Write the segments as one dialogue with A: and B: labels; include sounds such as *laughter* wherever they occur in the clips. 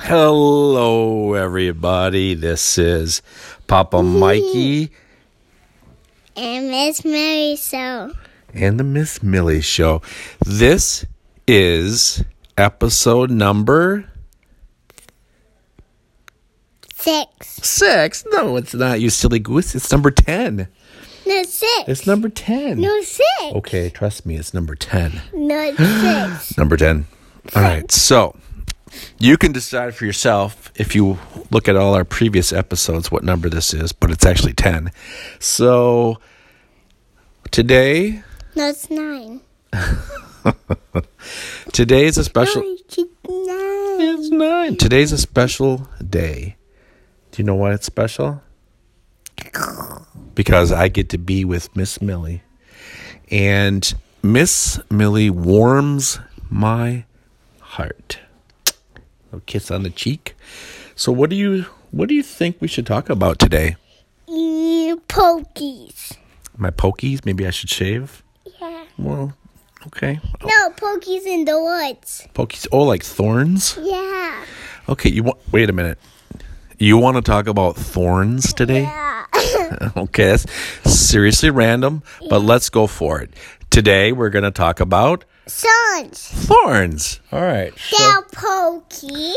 A: Hello, everybody. This is Papa Mikey
B: and Miss Mary So.
A: and the Miss Millie Show. This is episode number
B: Six.
A: six. No, it's not, you silly goose. It's number 10.
B: No, six.
A: It's Oh. number 10.
B: no, six.
A: Okay, trust me, it's number 10. *gasps*
B: No, six.
A: Number 10. All right, so you can decide for yourself if you look at all our previous episodes what number this is, but it's actually 10. So today,
B: No, it's nine.
A: today is a special.
B: No, it's nine.
A: It's nine. Today's a special day. Do you know why it's special? Because I get to be with Miss Millie. And Miss Millie warms my heart. A kiss on the cheek. So what do you what do you think we should talk about today?
B: Ew, pokies.
A: My pokies, maybe I should shave?
B: Yeah.
A: Well, okay.
B: No, pokies in the woods.
A: Pokies oh like thorns?
B: Yeah.
A: Okay, you want wait a minute. You want to talk about thorns today?
B: *laughs* Yeah.
A: *laughs* Okay, that's seriously random, but let's go for it. Today we're going to talk about
B: Sons.
A: thorns. All right.
B: They're pokey.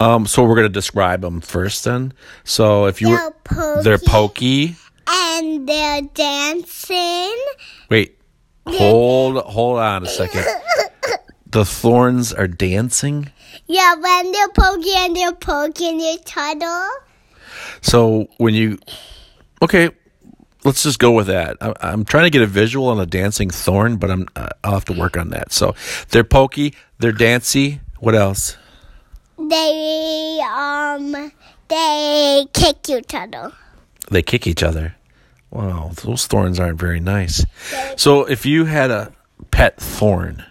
A: Um, so we're going to describe them first, then. So if you
B: They're
A: were,
B: pokey.
A: they're pokey.
B: And they're dancing.
A: Wait, hold hold on a second. The thorns are dancing.
B: Yeah, when they're pokey and they're poking each other.
A: So when you, okay, let's just go with that. I, I'm trying to get a visual on a dancing thorn, but I'm uh, I'll have to work on that. So they're pokey, they're dancy. What else?
B: They um they kick each other.
A: they kick each other. Wow, those thorns aren't very nice. So if you had a pet thorn,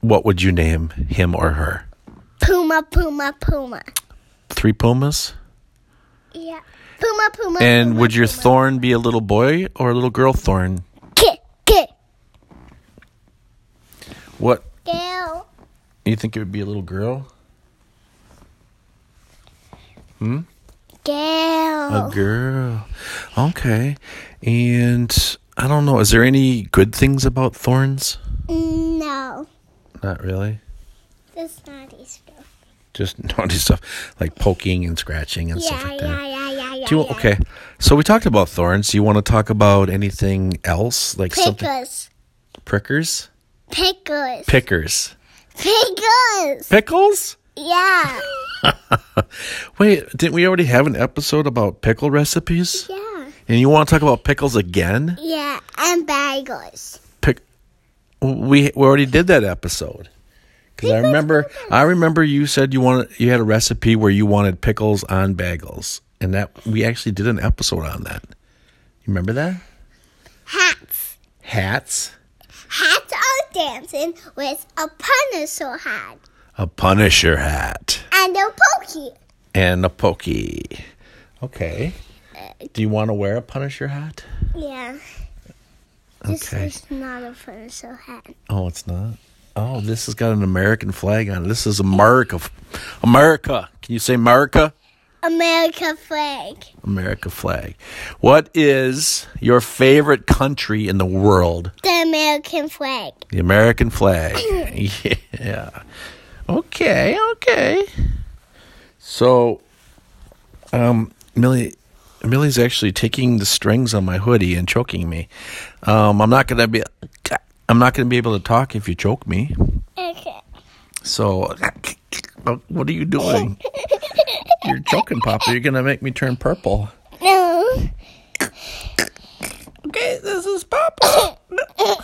A: what would you name him or her?
B: Puma, puma, puma.
A: Three pumas?
B: Yeah. Puma, puma.
A: And
B: puma,
A: would your thorn be a little boy or a little girl thorn?
B: kick, kick,
A: What
B: girl.
A: you think it would be a little girl?
B: Girl. Oh.
A: A girl. Okay. And I don't know, is there any good things about thorns?
B: no,
A: Not really.
B: that's not Easter.
A: Just *laughs* naughty stuff like poking and scratching and stuff
B: Yeah,
A: like that.
B: yeah, yeah, yeah, yeah.
A: Do you, oh,
B: yeah.
A: okay, so we talked about thorns. Do you want to talk about anything else, like something
B: Pickers,
A: prickers,
B: pickers,
A: pickers,
B: pickers.
A: pickles?
B: Yeah,
A: Wait, didn't we already have an episode about pickle recipes?
B: *laughs* yeah,
A: And you want to talk about pickles again?
B: yeah. And bagels.
A: Pick. We we already did that episode. Because I remember, I remember you said you wanted you had a recipe where you wanted pickles on bagels, and that we actually did an episode on that. You remember that?
B: Hats.
A: Hats.
B: Hats are dancing with a punisher hat
A: A Punisher hat.
B: and a pokey.
A: and a pokey. Okay. Do you want to wear a Punisher hat?
B: Yeah. This
A: Okay.
B: is not a furniture hat.
A: Oh, it's not. Oh, this has got an American flag on it. This is America. America. Can you say America?
B: America flag.
A: America flag. What is your favorite country in the world?
B: The American flag.
A: The American flag. *laughs* yeah. Okay, okay. So um Millie Millie's actually taking the strings on my hoodie and choking me. Um I'm not going to be I'm not going to be able to talk if you choke me.
B: Okay.
A: So what are you doing? You're choking, Papa. You're going to make me turn purple.
B: No.
A: Okay, this is Papa. *coughs* All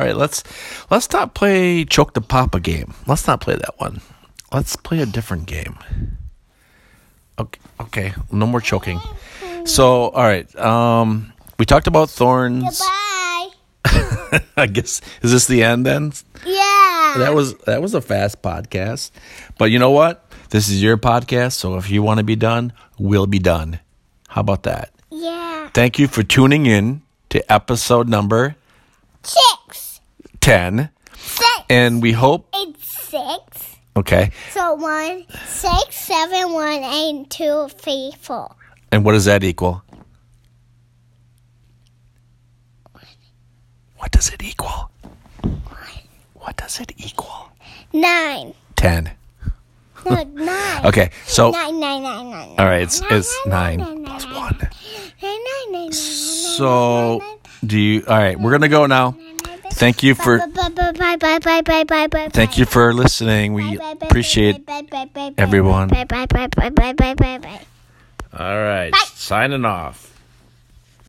A: right, let's let's not play choke the Papa game. Let's not play that one. Let's play a different game. Okay, okay, no more choking. So, all right, um, we talked about thorns.
B: Bye.
A: *laughs* I guess is this the end then?
B: Yeah.
A: That was that was a fast podcast, but you know what? This is your podcast, so if you want to be done, we'll be done. How about that?
B: yeah.
A: Thank you for tuning in to episode number
B: Six.
A: 10
B: Six.
A: and we hope
B: It's six.
A: Okay.
B: So one, six, seven, one, eight, two, three, four.
A: And what does that equal? What does it equal? What does it equal?
B: Nine.
A: Ten.
B: No, nine.
A: Okay, so all
B: Nine, nine, nine, nine.
A: right, it's it's nine plus one.
B: Nine, nine, nine, nine.
A: So do you? All right, we're gonna go now. Thank you for
B: Bye, bye, bye, bye, bye, bye, bye, bye.
A: thank you for listening. We appreciate. everyone.
B: Bye, bye, bye, bye, bye, bye, bye, bye, bye.
A: All right, signing off.